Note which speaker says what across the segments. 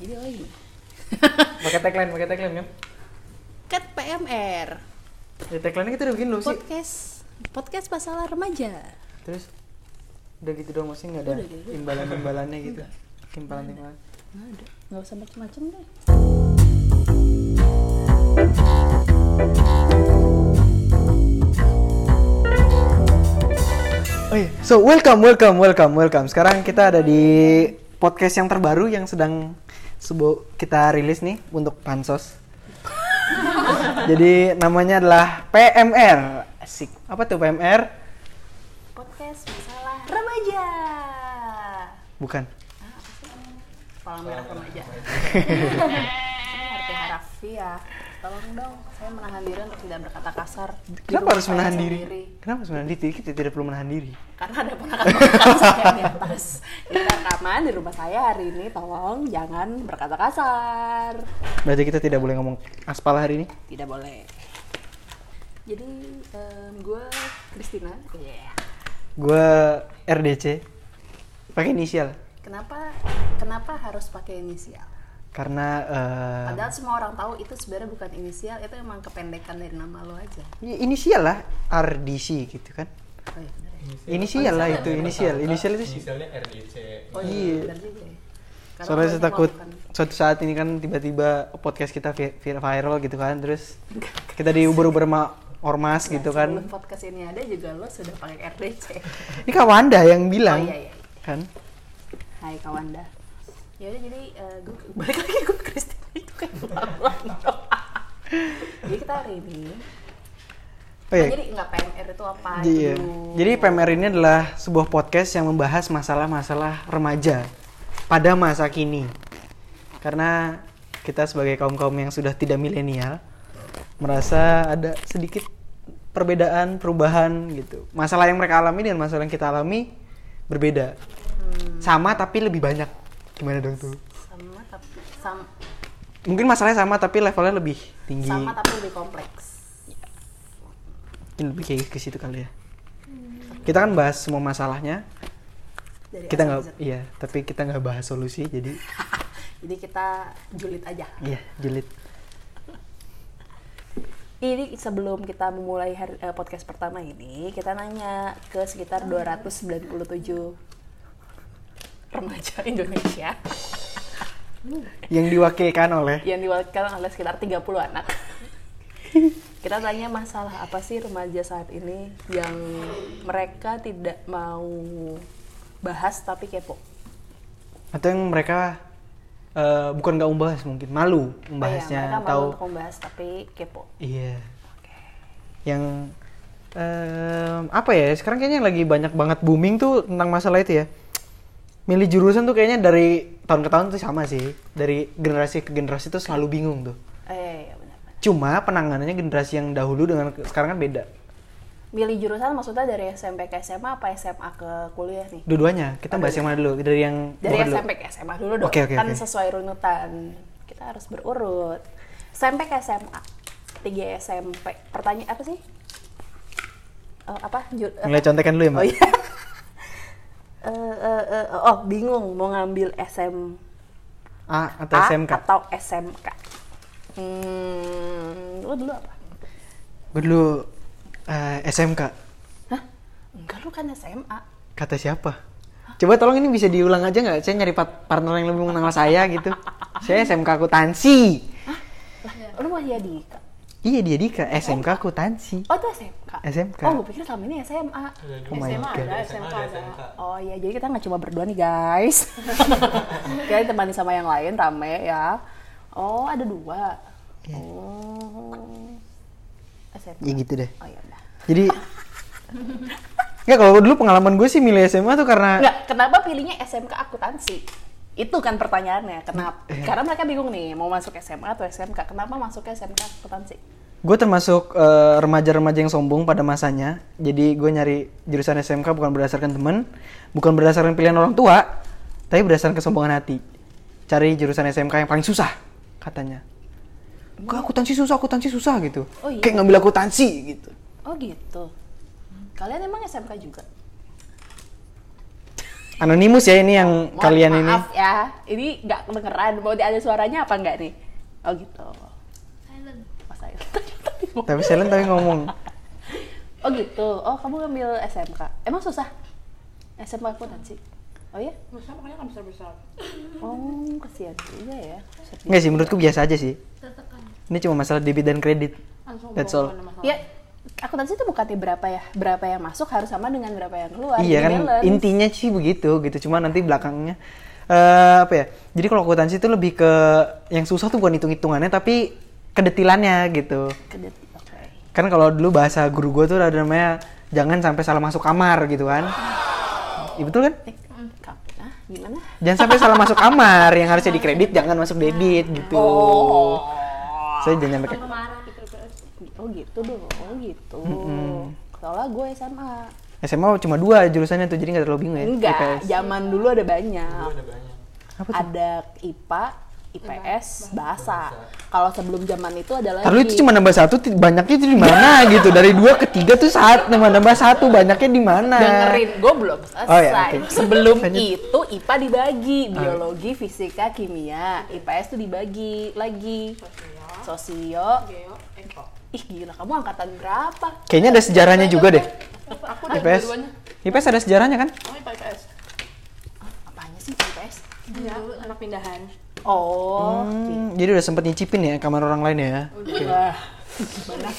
Speaker 1: jadi oi
Speaker 2: pakai tagline pakai tagline kan
Speaker 1: cat PMR
Speaker 2: ya tagline kita udah bikin belum sih
Speaker 1: podcast podcast masalah remaja
Speaker 2: terus udah gitu doang masih nggak ada
Speaker 1: Udah gitu doang.
Speaker 2: imbalan imbalannya gitu imbalan imbalan
Speaker 1: nggak ada nggak usah macem-macem deh
Speaker 2: oh iya so welcome welcome welcome welcome sekarang kita ada di podcast yang terbaru yang sedang sebo- kita rilis nih untuk pansos jadi namanya adalah PMR asik apa tuh PMR
Speaker 1: podcast masalah remaja
Speaker 2: bukan
Speaker 1: palang merah remaja Saya ngerti harafiah ya. tolong dong saya menahan diri untuk tidak berkata kasar di
Speaker 2: kenapa
Speaker 1: rumah
Speaker 2: harus
Speaker 1: saya
Speaker 2: menahan diri
Speaker 1: sendiri.
Speaker 2: kenapa harus menahan diri kita tidak perlu menahan diri
Speaker 1: karena ada ponakan ponakan saya di atas kita rekaman di rumah saya hari ini tolong jangan berkata kasar
Speaker 2: berarti kita tidak boleh ngomong aspal hari ini
Speaker 1: tidak boleh jadi gue Kristina Iya.
Speaker 2: gue RDC pakai inisial
Speaker 1: kenapa kenapa harus pakai inisial
Speaker 2: karena eh,
Speaker 1: Padahal semua orang tahu itu sebenarnya bukan inisial, itu emang kependekan dari nama lo aja.
Speaker 2: i- ya, inisial lah RDC gitu kan
Speaker 1: Oh iya bener ya.
Speaker 2: inisial lah itu inisial inisial itu sih
Speaker 3: Inisialnya RDC.
Speaker 1: Oh iya,
Speaker 2: Iya.
Speaker 1: bener juga ya. Karena
Speaker 2: soalnya
Speaker 1: kalau
Speaker 2: saya
Speaker 1: itu
Speaker 2: takut
Speaker 1: mah bukan-
Speaker 2: suatu saat ini kan tiba-tiba podcast kita vi- vi- viral gitu kan terus kita diuber-uber sama ormas gitu
Speaker 1: Nah,
Speaker 2: kan
Speaker 1: Sebelum podcast ini ada juga lo sudah pakai RDC.
Speaker 2: ini Kawanda yang bilang
Speaker 1: Oh iya iya.
Speaker 2: kan
Speaker 1: Hai Kawanda. Ya udah jadi eh, gue balik lagi gue Kristina itu kayak melawan dong. jadi kita hari ini.
Speaker 2: oh iya
Speaker 1: Jadi nggak PMR itu apa?
Speaker 2: Iya.
Speaker 1: dulu.
Speaker 2: Jadi PMR ini adalah sebuah podcast yang membahas masalah-masalah remaja pada masa kini. Karena kita sebagai kaum-kaum yang sudah tidak milenial merasa ada sedikit perbedaan, perubahan gitu. Masalah yang mereka alami dan masalah yang kita alami berbeda. Sama tapi lebih banyak. Gimana dong tuh?
Speaker 1: Hmm, sama tapi sam-
Speaker 2: Mungkin masalahnya sama tapi levelnya lebih tinggi.
Speaker 1: sama tapi lebih kompleks.
Speaker 2: Mungkin lebih kayak ke situ kali ya. Kita kan bahas semua masalahnya,
Speaker 1: Dari
Speaker 2: kita
Speaker 1: A
Speaker 2: nggak
Speaker 1: sampai Z.
Speaker 2: iya tapi kita nggak bahas solusi jadi
Speaker 1: Jadi kita julid aja.
Speaker 2: iya jilid
Speaker 1: Ini sebelum kita memulai hari- eh, podcast pertama ini, kita nanya ke sekitar 297 remaja Indonesia
Speaker 2: yang diwakilkan oleh
Speaker 1: yang diwakilkan oleh sekitar 30 anak. Kita tanya masalah apa sih remaja saat ini yang mereka tidak mau bahas tapi kepo.
Speaker 2: atau yang mereka eh, bukan nggak membahas mungkin malu
Speaker 1: Iya,
Speaker 2: membahasnya
Speaker 1: mereka
Speaker 2: atau
Speaker 1: mau untuk membahas tapi kepo.
Speaker 2: iya yang em, apa ya sekarang kayaknya yang lagi banyak banget booming tuh tentang masalah itu ya milih jurusan tuh kayaknya dari tahun ke tahun tuh sama sih dari generasi ke generasi tuh selalu bingung tuh
Speaker 1: Eh, iya benar-benar.
Speaker 2: cuma penanganannya generasi yang dahulu dengan ke- sekarang kan beda
Speaker 1: Milih jurusan maksudnya dari SMP ke SMA apa SMA ke kuliah nih?
Speaker 2: dua-duanya kita bahas yang mana dulu dari yang
Speaker 1: dari
Speaker 2: bawah dulu.
Speaker 1: SMP ke SMA dulu dong
Speaker 2: Oke, oke,
Speaker 1: kan
Speaker 2: oke.
Speaker 1: sesuai runutan kita harus berurut SMP ke SMA 3 SMP pertanyaan apa sih Eh, apa Ju- eh,
Speaker 2: Mulai contekan dulu ya, Mbak.
Speaker 1: oh iya Eh, eh, eh, oh bingung mau ngambil SM
Speaker 2: A atau SMK?
Speaker 1: atau SMK hmm lu dulu apa
Speaker 2: Gue dulu eh, SMK.
Speaker 1: Hah? enggak lu kan SMA
Speaker 2: Kata siapa? Coba tolong ini bisa diulang aja nggak? Saya nyari pat- partner yang lebih mengenal saya gitu. saya SMK akuntansi.
Speaker 1: lu mau jadi Kak?
Speaker 2: Iya dia Dika, SMK akuntansi.
Speaker 1: Oh itu SMK?
Speaker 2: SMK.
Speaker 1: Oh gue pikir selama ini SMA
Speaker 2: Oh my
Speaker 1: SMA ada,
Speaker 3: God.
Speaker 1: SMK
Speaker 3: SMA ada,
Speaker 1: ada
Speaker 3: SMK.
Speaker 1: Oh iya, jadi kita nggak cuma berdua nih guys Kita ditemani sama yang lain, rame ya Oh ada dua Oh
Speaker 2: Ya
Speaker 1: SMK
Speaker 2: gitu deh.
Speaker 1: Oh iya udah
Speaker 2: Jadi Nggak, kalau dulu pengalaman gue sih milih SMA tuh karena
Speaker 1: Nggak, kenapa pilihnya SMK akuntansi? Itu kan pertanyaannya, kenapa? Karena mereka bingung nih, mau masuk SMA atau SMK Kenapa masuk SMK akuntansi?
Speaker 2: gue termasuk eh, remaja-remaja yang sombong pada masanya. Jadi gue nyari jurusan SMK bukan berdasarkan temen, bukan berdasarkan pilihan orang tua, tapi berdasarkan kesombongan hati. Cari jurusan SMK yang paling susah katanya. Gue akuntansi susah, akuntansi susah gitu.
Speaker 1: Oh iya.
Speaker 2: Kayak ngambil akuntansi gitu.
Speaker 1: Oh gitu Kalian emang SMK juga?
Speaker 2: Anonimus ya ini yang
Speaker 1: Mohon
Speaker 2: kalian ini.
Speaker 1: maaf ya, ini nggak kedengeran. Mau ada suaranya apa nggak nih? Oh gitu. Oh,
Speaker 3: Silent.
Speaker 1: Mas Ayu. Tadi mau-
Speaker 2: Tapi silent tapi ngomong.
Speaker 1: oh gitu. Oh kamu ngambil SMK. Emang susah? SMK aku nanti. Oh ya?
Speaker 4: Besar makanya kan besar-besar.
Speaker 1: Oh kasihan juga ya. Sedih.
Speaker 2: Enggak sih, menurutku biasa aja sih.
Speaker 3: Tertekan.
Speaker 2: Ini cuma masalah debit dan kredit.
Speaker 4: Langsung
Speaker 2: That's
Speaker 4: bawa
Speaker 2: all.
Speaker 4: ke masalah.
Speaker 1: Ya, akuntansi itu bukannya berapa ya? Berapa yang masuk harus sama dengan berapa yang keluar.
Speaker 2: iya kan
Speaker 1: Di-balance.
Speaker 2: intinya sih begitu gitu. Cuma nanti belakangnya eh apa ya? Jadi kalau akuntansi itu lebih ke yang susah tuh bukan hitung-hitungannya tapi kedetilannya gitu.
Speaker 1: Kedet. Oke.
Speaker 2: Kan kalau dulu bahasa guru gue tuh ada namanya jangan sampai salah masuk kamar gitu kan. Iya betul kan?
Speaker 1: Eh, kamu nah, gimana?
Speaker 2: Jangan sampai salah masuk kamar yang harusnya di kredit jangan masuk debit gitu. Saya jangan sampai kayak-
Speaker 3: Marah.
Speaker 1: Oh gitu dong. Oh gitu. Soalnya gue SMA.
Speaker 2: SMA cuma dua jurusannya tuh jadi nggak terlalu bingung ya.
Speaker 1: Enggak,
Speaker 2: IPS.
Speaker 1: zaman dulu ada banyak.
Speaker 2: Apa tuh?
Speaker 1: Ada IPA, IPS, bahasa. Kalau sebelum zaman itu ada lagi.
Speaker 2: Lalu itu cuma nambah satu, ti- banyaknya itu di mana gitu? Dari dua ke tiga tuh saat nambah nambah satu, banyaknya di mana?
Speaker 1: dengerin gue belum selesai
Speaker 2: Oh, ya, oke.
Speaker 1: sebelum
Speaker 2: Lanjut. Ah.
Speaker 1: itu IPA dibagi biologi fisika kimia IPS tuh dibagi lagi sosio
Speaker 4: Geo, Eko.
Speaker 1: ih gila kamu angkatan berapa
Speaker 2: Kayaknya ada sejarahnya juga deh.
Speaker 4: Aku udah
Speaker 2: IPS,
Speaker 4: dua-duanya.
Speaker 2: IPS ada sejarahnya kan?
Speaker 4: Oh, IPA IPS.
Speaker 1: apanya sih IPS
Speaker 4: Iya, anak pindahan.
Speaker 1: oh
Speaker 2: Hmm, jadi udah sempet nyicipin ya kamar orang lain ya? Oke.
Speaker 1: Wah, gimana?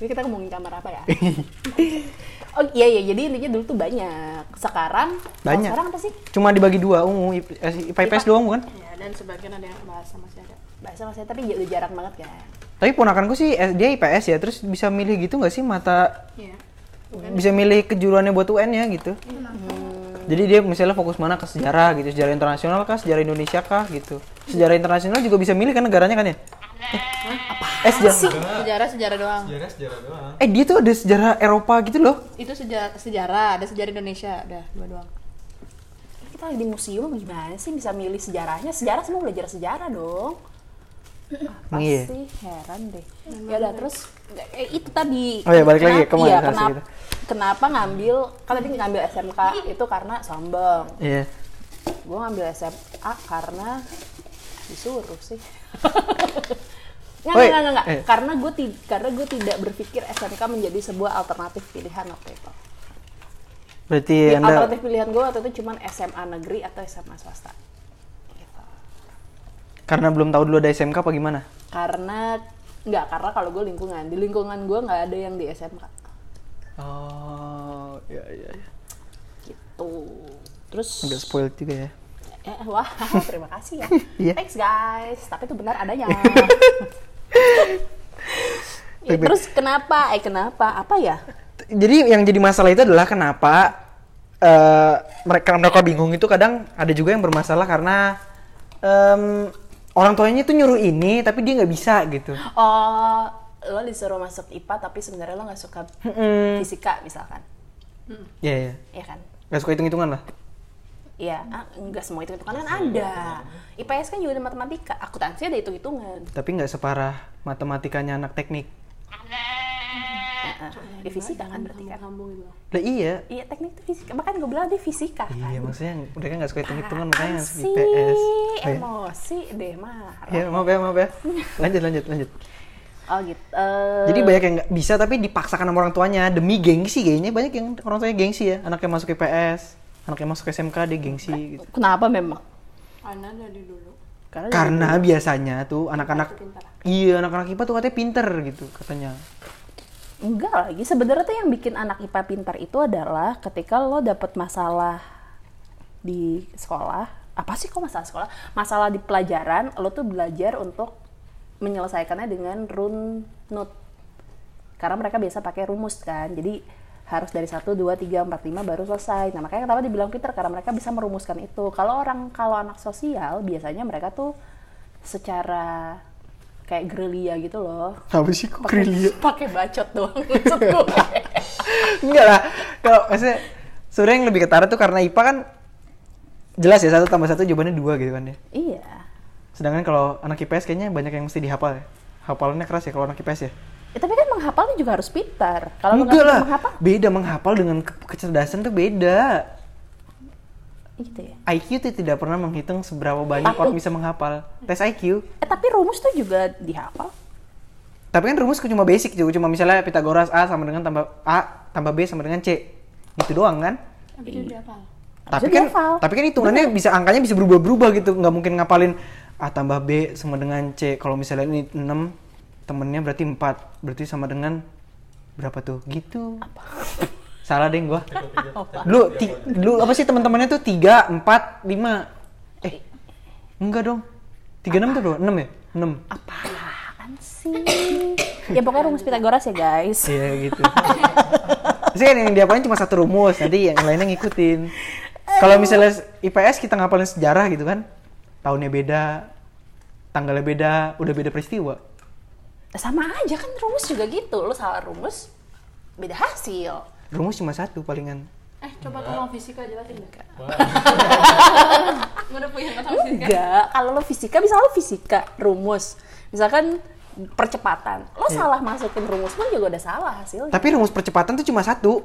Speaker 1: Ini kita ngomongin kamar apa ya? oh iya iya, jadi intinya dulu tuh banyak. Sekarang kalau
Speaker 2: Banyak.
Speaker 1: Sekarang apa sih?
Speaker 2: Cuma dibagi dua, ungu, IPS, IPA IPS doang bukan?
Speaker 4: Ya, dan sebagian ada yang bahasa masih ada.
Speaker 1: Bahasa bahasa tapi udah jarang banget kan.
Speaker 2: Tapi ponakanku sih eh, dia IPS ya, terus bisa milih gitu nggak sih mata
Speaker 4: Iya.
Speaker 2: Kan bisa milih kejuruannya buat UN ya gitu. Jadi dia misalnya fokus mana ke sejarah gitu, sejarah internasional kah, sejarah Indonesia kah gitu. Sejarah internasional juga bisa milih kan negaranya kan ya? Eh, eh, sejarah.
Speaker 4: Sejarah sejarah doang.
Speaker 5: Sejarah sejarah doang.
Speaker 2: Eh dia tuh ada sejarah Eropa gitu loh.
Speaker 4: Itu sejarah sejarah, ada sejarah Indonesia, ada dua doang.
Speaker 1: Ini Kita lagi di museum gimana sih bisa milih sejarahnya? Sejarah semua belajar sejarah dong. Apa
Speaker 2: Iya.
Speaker 1: sih? Heran deh. Ya udah terus eh, itu tadi.
Speaker 2: Oh iya, balik lagi
Speaker 1: Kenapa-
Speaker 2: ke gitu. mana
Speaker 1: iya,
Speaker 2: kasus
Speaker 1: kenapa,
Speaker 2: kita?
Speaker 1: kenapa ngambil kan tadi ngambil SMK itu karena sombong.
Speaker 2: Iya.
Speaker 1: gue ngambil SMA karena disuruh sih nggak
Speaker 2: Woi,
Speaker 1: nggak nggak nggak
Speaker 2: eh.
Speaker 1: karena gue ti- karena gue tidak berpikir SMK menjadi sebuah alternatif pilihan waktu itu
Speaker 2: Berarti
Speaker 1: Jadi
Speaker 2: Iya, Anda
Speaker 1: alternatif pilihan gue waktu itu cuma SMA negeri atau SMA swasta Gitu.
Speaker 2: karena belum tahu dulu ada SMK apa gimana?
Speaker 1: karena nggak karena kalau gue lingkungan di lingkungan gue nggak ada yang di SMK
Speaker 2: Oh, iya iya.
Speaker 1: gitu terus
Speaker 2: Agak spoiled juga ya.
Speaker 1: eh, wah terima kasih ya
Speaker 2: Iya.
Speaker 1: thanks guys tapi itu benar adanya Ya,
Speaker 2: Baik-baik.
Speaker 1: terus kenapa eh kenapa apa ya
Speaker 2: T- Jadi yang jadi masalah itu adalah kenapa eh, mereka mereka bingung itu kadang ada juga yang bermasalah karena em, orang tuanya itu nyuruh ini tapi dia nggak bisa gitu.
Speaker 1: Oh, lo disuruh masuk IPA tapi sebenarnya lo nggak suka
Speaker 2: Hmm. Mm-mm.
Speaker 1: fisika misalkan,
Speaker 2: Iya iya.
Speaker 1: ya kan?
Speaker 2: Gak suka hitung hitungan lah.
Speaker 1: Iya, ah, nggak semua itu hitungan
Speaker 2: Iya.
Speaker 1: kan ada. IPS kan juga ada matematika, akuntansi ada hitung hitungan.
Speaker 2: Tapi nggak separah matematikanya anak teknik.
Speaker 1: Di fisika kan berarti kan?
Speaker 4: Sambung gitu.
Speaker 2: Lah iya.
Speaker 1: Iya teknik itu fisika, bahkan gue bilang dia fisika kan.
Speaker 2: Iya maksudnya udah kan nggak suka hitung hitungan makanya
Speaker 1: Apaan
Speaker 2: nggak suka
Speaker 1: sih?
Speaker 2: IPS. Oh, iya.
Speaker 1: Emosi deh marah.
Speaker 2: Ya, maaf ya, maaf ya. Lanjut, lanjut, lanjut.
Speaker 1: Oh gitu. Eh,
Speaker 2: Jadi banyak yang nggak bisa tapi dipaksakan sama orang tuanya demi gengsi kayaknya banyak yang orang tuanya gengsi ya. Anaknya masuk IPS, anaknya masuk SMK dia gengsi gitu.
Speaker 1: kenapa memang?
Speaker 4: Ana dari dulu.
Speaker 1: Karena,
Speaker 2: Karena biasanya tuh anak-anak
Speaker 4: Pintar.
Speaker 2: Iya, anak-anak IPA tuh katanya pinter gitu katanya.
Speaker 1: Enggak lagi. Sebenarnya tuh yang bikin anak IPA pintar itu adalah ketika lo dapet masalah di sekolah. Apa sih kok masalah sekolah? Masalah di pelajaran, lo tuh belajar untuk menyelesaikannya dengan runut. Karena mereka biasa pakai rumus kan. Jadi harus dari 1, 2, 3, 4, 5 baru selesai. Nah makanya kenapa dibilang pintar? Karena mereka bisa merumuskan itu. Kalau orang, kalau anak sosial biasanya mereka tuh secara kayak gerilya gitu loh
Speaker 2: Apa sih kok krilia?
Speaker 1: pakai bacot doang maksud gue.
Speaker 2: Enggak lah. Kalau maksudnya sebenarnya yang lebih ketara tuh karena IPA kan jelas ya satu tambah satu jawabannya dua gitu kan ya.
Speaker 1: iya
Speaker 2: Sedangkan kalau anak IPS kayaknya banyak yang mesti dihafal ya. Hafalannya keras ya kalau anak IPS ya.
Speaker 1: Ya, tapi kan menghafalnya juga harus pintar kalau lu nggak
Speaker 2: Enggak
Speaker 1: bisa
Speaker 2: lah.
Speaker 1: menghafal
Speaker 2: Beda menghafal dengan ke- kecerdasan tuh beda.
Speaker 1: gitu ya
Speaker 2: IQ itu tidak pernah menghitung seberapa banyak orang bisa menghafal tes IQ.
Speaker 1: eh tapi rumus tuh juga dihafal
Speaker 2: Tapi kan rumus cuma basic juga, cuma misalnya Pitagoras A sama dengan tambah A tambah B sama dengan C. Itu doang kan?
Speaker 4: Tapi itu dia apa?
Speaker 2: Tapi
Speaker 1: Harusnya
Speaker 2: kan
Speaker 1: dihafal.
Speaker 2: tapi kan hitungannya bisa angkanya bisa berubah-berubah gitu, nggak mungkin ngapalin A tambah B sama dengan C. Kalau misalnya ini 6 temennya berarti 4, berarti sama dengan berapa tuh? Gitu. Salah deh gua. Dulu ti- dulu apa sih teman-temannya tuh 3, 4, 5. Eh. Enggak dong. 36 tuh dua, 6 ya? 6.
Speaker 1: apaan sih ya pokoknya rumus Pitagoras ya guys
Speaker 2: Iya gitu. Sih yang diapain cuma satu rumus, nanti yang lainnya ngikutin. Kalau misalnya IPS kita ngapalin sejarah gitu kan, tahunnya beda, tanggalnya beda, udah beda peristiwa.
Speaker 1: sama aja kan rumus juga gitu lo salah rumus beda hasil
Speaker 2: Rumus cuma satu palingan.
Speaker 4: Eh, coba tolong fisika jelasin deh. Nggak ada punya
Speaker 1: kan?
Speaker 4: tentang fisika.
Speaker 1: enggak kalau lo fisika bisa lo fisika rumus misalkan percepatan lo
Speaker 2: Iya.
Speaker 1: salah masukin rumus pun juga udah salah hasilnya
Speaker 2: Tapi rumus percepatan tuh cuma satu.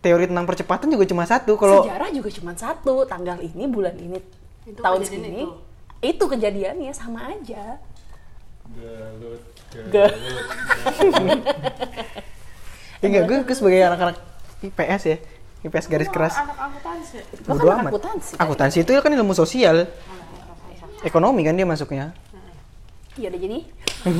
Speaker 2: Teori tentang percepatan juga cuma satu. Kalau
Speaker 1: sejarah juga cuma satu tanggal ini bulan ini
Speaker 4: Itu
Speaker 1: tahun segini
Speaker 4: kejadian itu.
Speaker 1: itu. kejadiannya sama aja
Speaker 3: Gelut,
Speaker 1: Ge-
Speaker 3: gelut.
Speaker 2: ya enggak gue, gue sebagai anak-anak IPS ya, IPS garis keras.
Speaker 4: Anak akuntansi.
Speaker 1: ah, lo
Speaker 2: Bodo
Speaker 1: kan
Speaker 2: amat.
Speaker 1: akuntansi kan?
Speaker 2: Akuntansi itu kan ilmu sosial. Ekonomi kan dia masuknya.
Speaker 1: ya udah jadi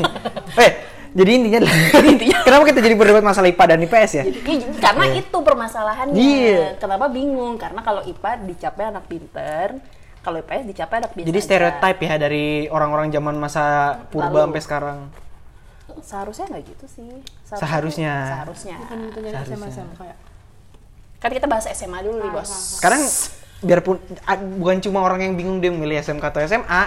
Speaker 2: eh, jadi intinya adalah kenapa kita jadi berdebat masalah IPA dan IPS ya?
Speaker 1: Iya, Jadi, karena itu permasalahannya
Speaker 2: Iya.
Speaker 1: kenapa bingung karena kalau IPA dicapai anak pinter kalau IPS dicapai anak biasa
Speaker 2: Jadi
Speaker 1: aja.
Speaker 2: stereotip ya dari orang-orang zaman masa purba
Speaker 1: Lalu.
Speaker 2: sampai sekarang.
Speaker 1: seharusnya nggak gitu sih
Speaker 2: Seharusnya.
Speaker 1: seharusnya
Speaker 4: Bukan itu jadi SMA SMA kayak.
Speaker 1: kan kita bahas SMA dulu
Speaker 4: Ah,
Speaker 1: nih bos
Speaker 2: Sekarang biarpun a- bukan cuma orang yang bingung dia milih SMK atau SMA,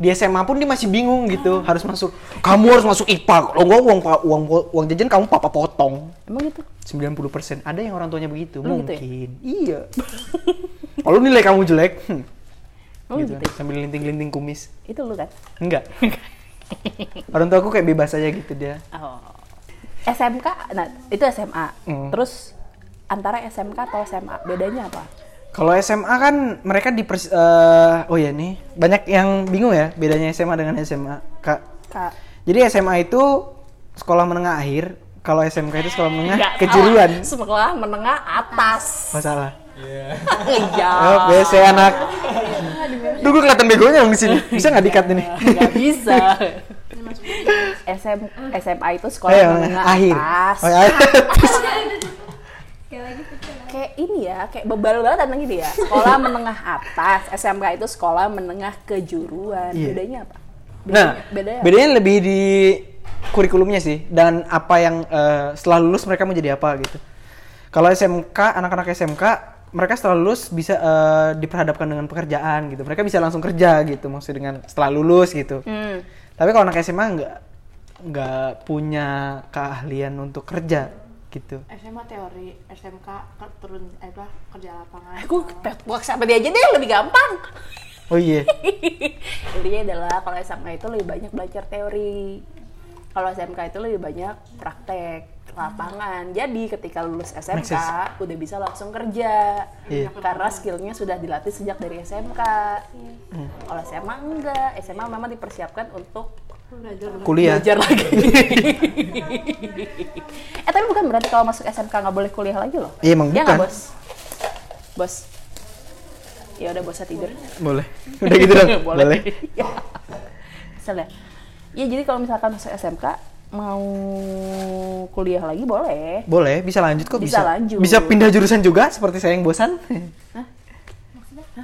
Speaker 2: di SMA pun dia masih bingung
Speaker 1: Hmm.
Speaker 2: gitu, harus masuk. Kamu harus masuk IPA. Kalau enggak uang pa- uang uang jajan kamu papa potong.
Speaker 4: ah.
Speaker 1: emang gitu
Speaker 2: 90% ada yang orang tuanya begitu
Speaker 1: Lu gitu ya?
Speaker 2: mungkin. Iya. Kalau nilai kamu jelek, hmm,
Speaker 1: emang
Speaker 2: gitu
Speaker 1: gitu,
Speaker 2: kan, sambil linting-linting kumis.
Speaker 1: itu lu kan
Speaker 2: Enggak. Orang tua aku kayak bebas aja gitu dia.
Speaker 1: Oh. SMK, nah itu SMA.
Speaker 2: Hmm.
Speaker 1: Terus antara SMK atau SMA bedanya apa?
Speaker 2: Kalau SMA kan mereka di pers- eh, oh ya nih banyak yang bingung ya bedanya SMA dengan SMA kak.
Speaker 1: Kak,
Speaker 2: Jadi SMA itu sekolah menengah akhir, kalau SMK itu sekolah menengah
Speaker 1: nggak
Speaker 2: kejuruan.
Speaker 1: salah. Sekolah menengah atas.
Speaker 2: Masalah.
Speaker 1: Iya.
Speaker 2: Oh, biasa anak. Duh, gue kelihatan begonya dong di sini. Bisa nggak dikat ini?
Speaker 1: Nggak bisa. SM, SMA itu sekolah
Speaker 2: Ayo,
Speaker 1: menengah
Speaker 2: akhir.
Speaker 1: atas.
Speaker 2: Oh, ya,
Speaker 1: Kayak ini ya, kayak bebal banget tentang ini ya. Sekolah menengah atas, SMK itu sekolah menengah kejuruan.
Speaker 2: Iya.
Speaker 1: Bedanya apa?
Speaker 2: Nah,
Speaker 1: Bedanya-
Speaker 2: bedanya, lebih di kurikulumnya sih dan apa yang eh, setelah lulus mereka mau jadi apa gitu. Kalau SMK, anak-anak SMK mereka setelah lulus bisa eh, diperhadapkan dengan pekerjaan gitu. Mereka bisa langsung kerja gitu maksudnya dengan setelah lulus gitu.
Speaker 1: Hmm.
Speaker 2: Tapi kalau anak SMA nggak nggak punya keahlian untuk kerja gitu.
Speaker 4: SMA teori, SMK ke- turun eh apa kerja lapangan.
Speaker 1: Aku WhatsApp dia aja deh, lebih gampang.
Speaker 2: Oh iya.
Speaker 1: intinya adalah kalau SMK itu lebih banyak belajar teori kalau SMK itu lebih banyak praktek lapangan jadi ketika lulus SMK
Speaker 2: Makes sense.
Speaker 1: udah bisa langsung kerja
Speaker 2: Iya.
Speaker 1: karena skillnya sudah dilatih sejak dari SMK
Speaker 2: Hmm.
Speaker 1: kalau SMA enggak SMA memang dipersiapkan untuk
Speaker 4: Aku belajar dulu.
Speaker 2: Kuliah.
Speaker 1: belajar lagi eh tapi bukan berarti kalau masuk SMK nggak boleh kuliah lagi loh
Speaker 2: Iya, emang
Speaker 1: Iya nggak,
Speaker 2: bukan.
Speaker 1: bos bos ya udah bosnya tidur
Speaker 2: Boleh. Udah gitu dong.
Speaker 1: Boleh.
Speaker 2: Boleh.
Speaker 1: ya. Kesel ya? Ya, jadi kalau misalkan masuk SMK mau kuliah lagi boleh.
Speaker 2: Boleh, bisa lanjut kok bisa.
Speaker 1: Bisa lanjut.
Speaker 2: Bisa pindah jurusan juga seperti saya yang bosan.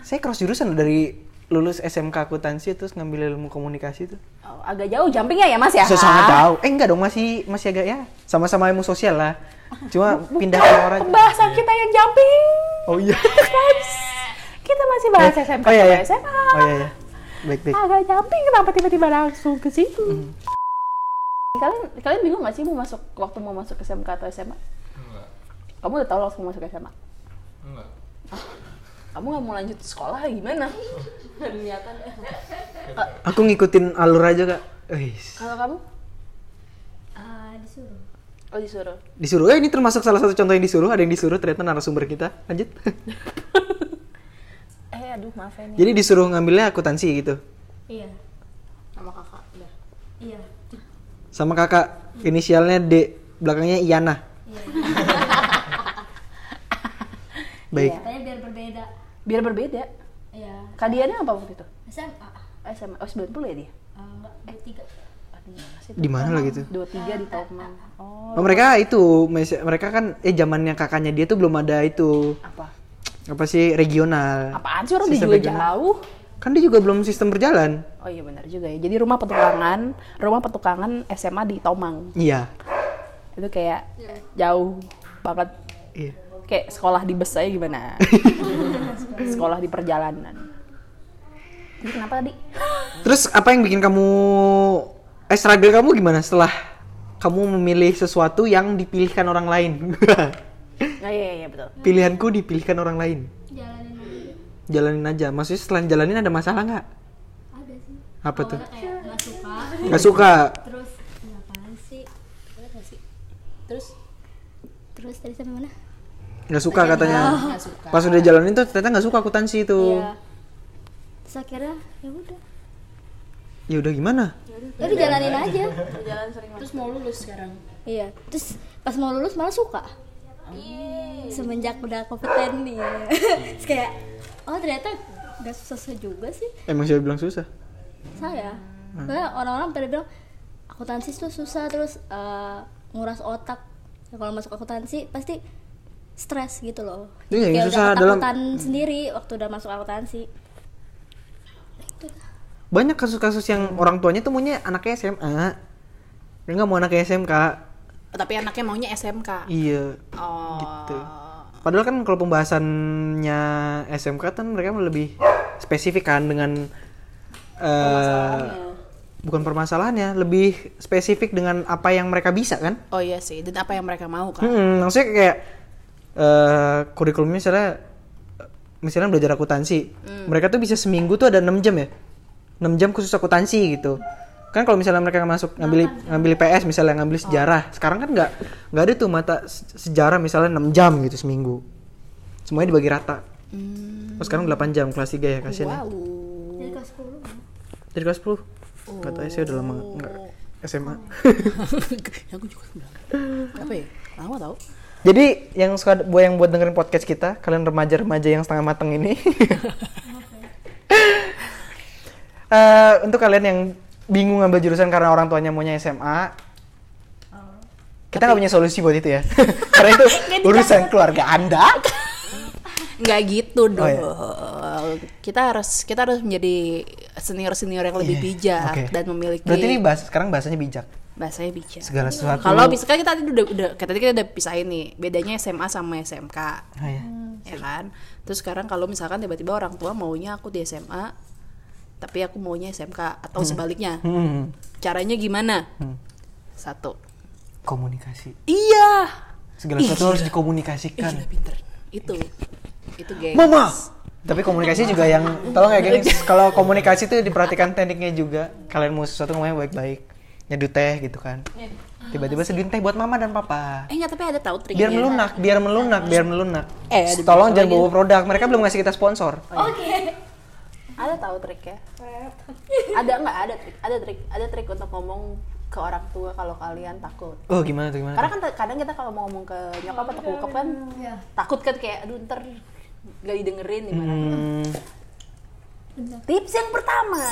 Speaker 2: Saya cross jurusan loh, dari lulus SMK akuntansi terus ngambil ilmu komunikasi itu.
Speaker 1: Oh, agak jauh jumpingnya ya Mas ya.
Speaker 2: Bisa sangat jauh. Eh enggak dong, masih masih agak ya. Sama-sama ilmu sosial lah. Cuma pindah ke orang.
Speaker 1: Pembahasan kita yang jumping.
Speaker 2: Oh iya.
Speaker 1: Guys. Kita masih bahas SMK
Speaker 2: Oh iya
Speaker 1: sama
Speaker 2: ya.
Speaker 1: SMA.
Speaker 2: Oh iya ya. Baik baik.
Speaker 1: Agak jumping kenapa tiba-tiba langsung ke situ?
Speaker 2: Mm-hmm.
Speaker 1: Kalian kalian bingung gak sih mau masuk waktu mau masuk SMK atau SMA?
Speaker 3: Enggak,
Speaker 1: Kamu udah tahu langsung masuk SMA.
Speaker 3: enggak.
Speaker 1: Kamu nggak mau lanjut sekolah gimana?
Speaker 2: Aku ngikutin alur aja, Kak. Eh, Wis.
Speaker 1: Kalau kamu Eh,
Speaker 5: Ah, disuruh
Speaker 1: oh disuruh.
Speaker 2: Disuruh. Eh ini termasuk salah satu contoh yang disuruh, ada yang disuruh ternyata narasumber kita. Lanjut.
Speaker 6: aduh maaf ya nih.
Speaker 2: Jadi disuruh ngambilnya akuntansi gitu.
Speaker 5: Iya,
Speaker 4: sama kakak udah
Speaker 5: iya,
Speaker 2: Sama kakak inisialnya D, belakangnya Iana.
Speaker 5: iya.
Speaker 2: Baik.
Speaker 1: Iya.
Speaker 5: Katanya biar berbeda.
Speaker 1: Biar berbeda.
Speaker 5: Iya.
Speaker 1: Kadiannya apa waktu itu?
Speaker 5: SMA.
Speaker 1: Oh, SMA. Oh, 90 ya dia?
Speaker 5: Ah, enggak, ada tiga.
Speaker 1: Aduh, gimana sih?
Speaker 2: Di mana lah gitu?
Speaker 1: 23 di Taukman. Oh,
Speaker 2: Oh, mereka itu mes- mereka kan eh zamannya kakaknya dia tuh belum ada itu
Speaker 1: apa?
Speaker 2: apa sih regional.
Speaker 1: Apaan sih orang
Speaker 2: Sistem
Speaker 1: dijual
Speaker 2: regional.
Speaker 1: jauh?
Speaker 2: Kan dia juga belum sistem berjalan.
Speaker 1: Oh iya benar juga ya. Jadi rumah petukangan, rumah petukangan SMA di Tomang.
Speaker 2: Iya.
Speaker 1: Itu kayak jauh banget.
Speaker 2: Iya.
Speaker 1: Kayak sekolah di bus saya gimana? sekolah di perjalanan. Jadi kenapa tadi?
Speaker 2: Terus apa yang bikin kamu eh struggle kamu gimana setelah kamu memilih sesuatu yang dipilihkan orang lain?
Speaker 1: Oh iya iya betul.
Speaker 2: Pilihanku dipilihkan orang lain.
Speaker 5: Jalanin aja.
Speaker 2: Jalanin aja. Maksudnya setelah jalanin ada masalah nggak?
Speaker 5: Ada sih.
Speaker 2: Apa
Speaker 1: Oh,
Speaker 2: tuh?
Speaker 5: Awalnya kayak nggak suka.
Speaker 2: Gak suka.
Speaker 5: Terus, ya apaan sih? Bener nggak sih?
Speaker 1: Terus
Speaker 5: Terus tadi sampai mana?
Speaker 2: Gak suka katanya.
Speaker 1: nggak suka. Iya.
Speaker 2: Pas udah jalanin tuh ternyata gak suka akuntansi itu.
Speaker 5: Terus akhirnya ya udah.
Speaker 2: Ya udah gimana?
Speaker 5: Ya udah jalanin aja.
Speaker 6: jalan sering
Speaker 1: terus mau lulus sekarang.
Speaker 5: Iya. Terus pas mau lulus malah suka.
Speaker 6: Iya.
Speaker 5: Semenjak udah kompeten nih. Terus kayak oh ternyata nggak susah-susah juga sih
Speaker 2: Emang siapa bilang susah?
Speaker 5: saya. Soalnya orang-orang pada bilang akuntansi tuh susah terus eh, nguras otak. Ya, kalau masuk akuntansi pasti stres gitu loh.
Speaker 2: Iya, yang
Speaker 5: Kayak udah
Speaker 2: susah dalam-
Speaker 5: ketakutan sendiri waktu udah masuk akuntansi.
Speaker 2: Banyak kasus-kasus yang orang tuanya tuh maunya anaknya SMA. Dia nggak mau anaknya SMK.
Speaker 1: Tapi anaknya maunya SMK.
Speaker 2: Iya.
Speaker 1: Oh.
Speaker 2: Gitu. Padahal kan kalau pembahasannya SMK kan mereka lebih spesifik kan dengan eh, bukan permasalahannya, lebih spesifik dengan apa yang mereka bisa kan?
Speaker 1: Oh iya sih, dan apa yang mereka mau kan?
Speaker 2: Hmm, maksudnya kayak eh kurikulumnya misalnya misalnya belajar akuntansi. Mereka tuh bisa seminggu tuh ada 6 jam ya. 6 jam khusus akuntansi gitu. Kan kalau misalnya mereka masuk ngambil ngambil PS misalnya ngambil sejarah. Sekarang kan nggak nggak ada tuh mata se- sejarah misalnya 6 jam gitu seminggu. Semuanya dibagi rata. Oh, sekarang 8 jam kelas 3 ya kasihan. ya.
Speaker 1: Wow.
Speaker 5: Jadi kelas 10 ya.
Speaker 2: Dari kelas 10. Katanya ya, saya udah lama nggak SMA.
Speaker 1: aku juga bilang. Apa ya? Lama tau.
Speaker 2: Jadi yang suka buat yang buat dengerin podcast kita, kalian remaja-remaja yang setengah mateng ini. Eh, untuk kalian yang bingung ngambil jurusan karena orang tuanya maunya SMA, kita nggak punya solusi buat itu ya, karena itu urusan keluarga Anda.
Speaker 1: nggak gitu dong.
Speaker 2: Oh, iya.
Speaker 1: Kita harus kita harus menjadi senior senior yang lebih
Speaker 2: Iya,
Speaker 1: bijak
Speaker 2: oke.
Speaker 1: dan memiliki
Speaker 2: Berarti ini bahas sekarang bahasanya bijak.
Speaker 1: bahasanya bijak.
Speaker 2: Segala sesuatu.
Speaker 1: Kalau bisa kan kita tadi udah, udah kayak tadi kita udah pisahin nih bedanya SMA sama SMK,
Speaker 2: Oh, iya.
Speaker 1: ya kan? Terus sekarang kalau misalkan tiba-tiba orang tua maunya aku di SMA, tapi aku maunya SMK atau sebaliknya,
Speaker 2: Hmm,
Speaker 1: caranya gimana?
Speaker 2: Hmm.
Speaker 1: Satu,
Speaker 2: komunikasi.
Speaker 1: iya,
Speaker 2: Segala
Speaker 1: Ih,
Speaker 2: sesuatu harus
Speaker 1: gila. Ih,
Speaker 2: dikomunikasikan.
Speaker 1: gila, pinter. Itu, itu geng.
Speaker 2: Mama. Tapi komunikasi juga yang tolong ya geng. Kalau komunikasi itu diperhatikan tekniknya juga. Kalian mau sesuatu ngomongnya baik-baik. Nyeduh teh gitu kan. Tiba-tiba seduhin teh buat mama dan papa.
Speaker 1: Ah, Eh nggak tapi ada tahu triknya.
Speaker 2: Biar melunak, biar melunak, biar melunak.
Speaker 1: Eh,
Speaker 2: Eh, tolong jangan bawa produk. Mereka belum ngasih kita sponsor.
Speaker 1: Ada tahu triknya? ada nggak ada trik? Ada trik, ada trik untuk ngomong ke orang tua kalau kalian takut.
Speaker 2: Oh, gimana tuh gimana?
Speaker 1: Karena
Speaker 2: tuh?
Speaker 1: kan te- kadang kita kalau mau ngomong ke nyokap atau ke bokap kan takut kan kayak aduh ntar gak didengerin gimana.
Speaker 2: Hmm,
Speaker 1: Tips yang pertama.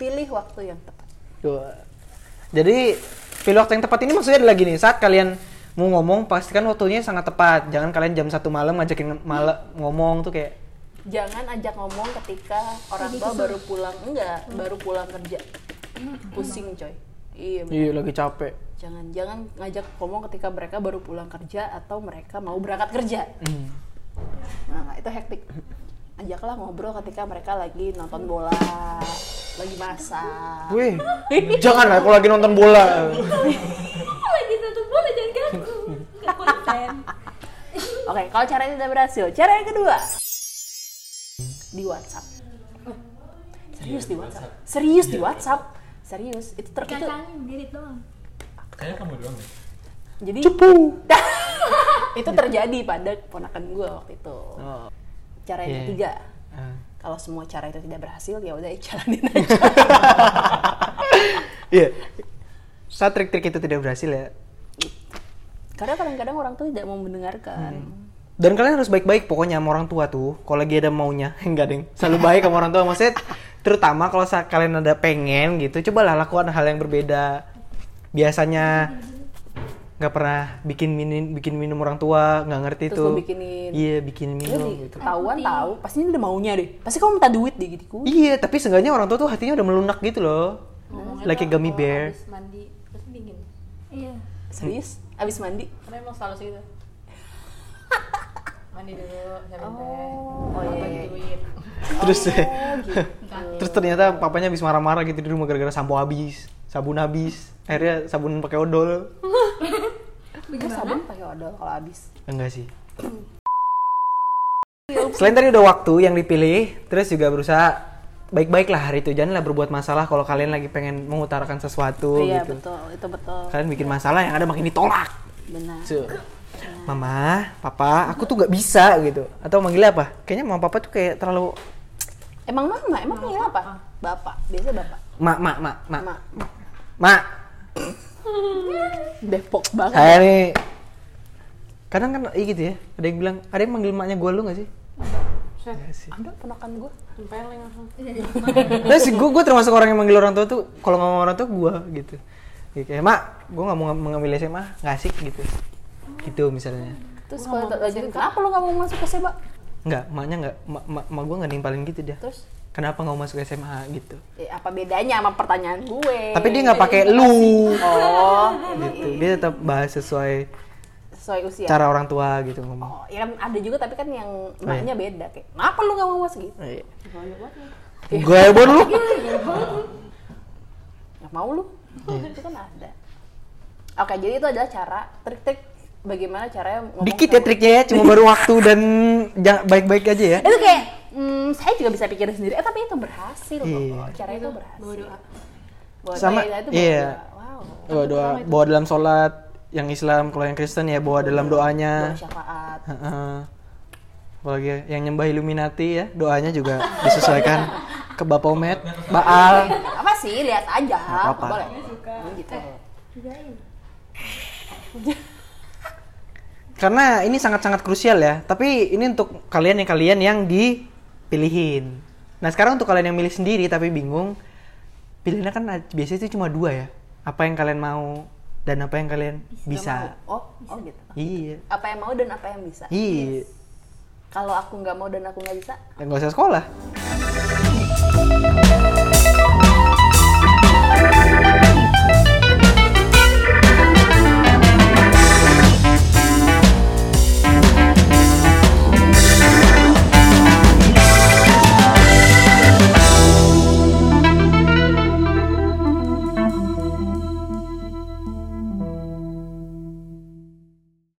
Speaker 1: Pilih waktu yang tepat.
Speaker 2: tuh. Jadi pilih waktu yang tepat ini maksudnya ada lagi nih. Saat kalian mau ngomong pastikan waktunya sangat tepat. Jangan kalian jam satu malam ngajakin malam ngomong tuh kayak
Speaker 1: Jangan ajak ngomong ketika orang tua baru pulang enggak, baru pulang kerja. Pusing coy. Iya. bener.
Speaker 2: iya lagi capek.
Speaker 1: Jangan jangan ngajak ngomong ketika mereka baru pulang kerja atau mereka mau berangkat kerja.
Speaker 2: Hmm.
Speaker 1: Nah, itu hektik. Ajaklah ngobrol ketika mereka lagi nonton bola, lagi masak.
Speaker 2: Wih, jangan lah aku lagi nonton bola.
Speaker 5: lagi satu bola jangan ganggu nggak konsen
Speaker 1: Oke, kalau cara itu tidak berhasil, cara yang kedua di WhatsApp. Serius di WhatsApp? Serius di WhatsApp? Serius, itu ter itu.
Speaker 5: kakaknya sendiri doang
Speaker 3: Kayaknya kamu doang deh.
Speaker 1: Jadi cepu. itu terjadi pada ponakan gue waktu itu. cara yang
Speaker 2: Oh. Iya.
Speaker 1: ketiga
Speaker 2: Ah.
Speaker 1: kalau semua cara itu tidak berhasil ya udah jalanin aja
Speaker 2: Iya. Saat trik-trik itu tidak berhasil ya.
Speaker 1: karena kadang-kadang orang tuh tidak mau mendengarkan
Speaker 2: Hmm, Dan kalian harus baik-baik pokoknya sama orang tua tuh. Kalau lagi ada maunya, enggak ding. Selalu baik sama orang tua. Maksudnya terutama kalau saat kalian ada pengen gitu, cobalah lakukan hal yang berbeda. Biasanya nggak pernah bikin minum bikin minum orang tua nggak ngerti
Speaker 1: Terus
Speaker 2: tuh
Speaker 1: lu bikinin.
Speaker 2: iya bikin
Speaker 1: Dia
Speaker 2: minum
Speaker 1: di-
Speaker 2: gitu
Speaker 1: ketahuan tahu pasti ini udah maunya deh pasti kamu minta duit deh gitu
Speaker 2: iya tapi seenggaknya orang tua tuh hatinya udah melunak gitu loh
Speaker 1: Oh,
Speaker 2: like a gummy bear
Speaker 4: Habis mandi terus dingin.
Speaker 5: Iya.
Speaker 1: serius abis mandi
Speaker 4: Karena emang selalu segitu. mandi dulu, siapin gitu,
Speaker 1: oh iya,
Speaker 4: teh,
Speaker 1: iya.
Speaker 4: duit.
Speaker 1: Oh,
Speaker 2: terus
Speaker 1: gitu.
Speaker 2: terus ternyata papanya habis marah-marah gitu di rumah gara-gara sampo habis sabun habis akhirnya sabun pakai odol
Speaker 1: Terus sabun pakai odol kalau habis
Speaker 2: enggak sih selain tadi udah waktu yang dipilih terus juga berusaha baik-baik lah hari itu janganlah berbuat masalah kalau kalian lagi pengen mengutarakan sesuatu
Speaker 1: iya
Speaker 2: gitu
Speaker 1: betul itu betul
Speaker 2: kalian bikin masalah yang ada makin ditolak
Speaker 1: benar
Speaker 2: So, mama papa aku tuh nggak bisa gitu atau manggilnya apa kayaknya mama papa tuh kayak terlalu
Speaker 1: emang mama emang panggil apa bapak biasa bapak
Speaker 2: mak mak mak mak
Speaker 1: mak
Speaker 2: mak
Speaker 1: depok banget
Speaker 2: saya nih kadang kan iya gitu ya ada yang bilang ada yang manggil maknya gue lu gak sih Nggak sih.
Speaker 1: ada ponakan gue
Speaker 4: Tempelin langsung.
Speaker 2: Nah, sih gue gue termasuk orang yang manggil orang tua tuh kalau ngomong orang tua gue gitu. Jadi kayak mak, gue nggak mau ng- mengambil SMA, nggak asik gitu. Gitu misalnya.
Speaker 1: terus kalau lanjutin kenapa lo nggak mau masuk ke seba
Speaker 2: Nggak, maknya nggak, mak mak gue nggak nimpalin gitu dia.
Speaker 1: terus
Speaker 2: Kenapa nggak mau masuk SMA gitu?
Speaker 1: eh, apa bedanya sama pertanyaan gue
Speaker 2: Tapi dia
Speaker 1: eh,
Speaker 2: nggak pakai lu.
Speaker 1: oh
Speaker 2: Gitu. Dia tetap bahas sesuai
Speaker 1: sesuai usia
Speaker 2: cara Oh, orang tua gitu
Speaker 1: oh
Speaker 2: ngomong.
Speaker 1: ya kan ada juga tapi kan yang maknya beda kayak kenapa lu nggak mau masuk gitu
Speaker 2: Iya. Gue heboh lu.
Speaker 1: nggak mau lu
Speaker 2: Iya.
Speaker 1: itu kan ada oke jadi itu adalah cara trik-trik bagaimana caranya ngomong
Speaker 2: Dikit ya
Speaker 1: sama-
Speaker 2: triknya ya, cuma baru waktu dan jangan baik-baik aja ya.
Speaker 1: itu kayak hmm, saya juga bisa pikirin sendiri eh tapi itu berhasil
Speaker 2: Iya.
Speaker 1: loh cara itu berhasil
Speaker 4: Bawa doa.
Speaker 1: Bawa doa,
Speaker 2: Sama-
Speaker 1: ya, itu
Speaker 2: iya.
Speaker 1: doa. wow
Speaker 2: Bawa doa, bawa dalam sholat yang Islam, kalau yang Kristen ya bawa dalam
Speaker 1: doa
Speaker 2: doanya.
Speaker 1: syafaat
Speaker 2: Heeh. Apalagi ya, yang nyembah Illuminati ya, doanya juga disesuaikan ke Bapomet, Baal.
Speaker 1: apa sih lihat aja
Speaker 2: Nggak apa-apa.
Speaker 1: boleh Hmm, gitu
Speaker 2: Karena ini sangat-sangat krusial ya. Tapi ini untuk kalian yang kalian yang dipilihin. Nah sekarang untuk kalian yang milih sendiri tapi bingung, pilihannya kan biasanya itu cuma dua ya. Apa yang kalian mau dan apa yang kalian bisa.
Speaker 1: oh oh gitu
Speaker 2: Iya.
Speaker 1: apa yang mau dan apa yang bisa
Speaker 2: Iya.
Speaker 1: kalau aku nggak mau dan aku nggak bisa
Speaker 2: Nggak usah sekolah.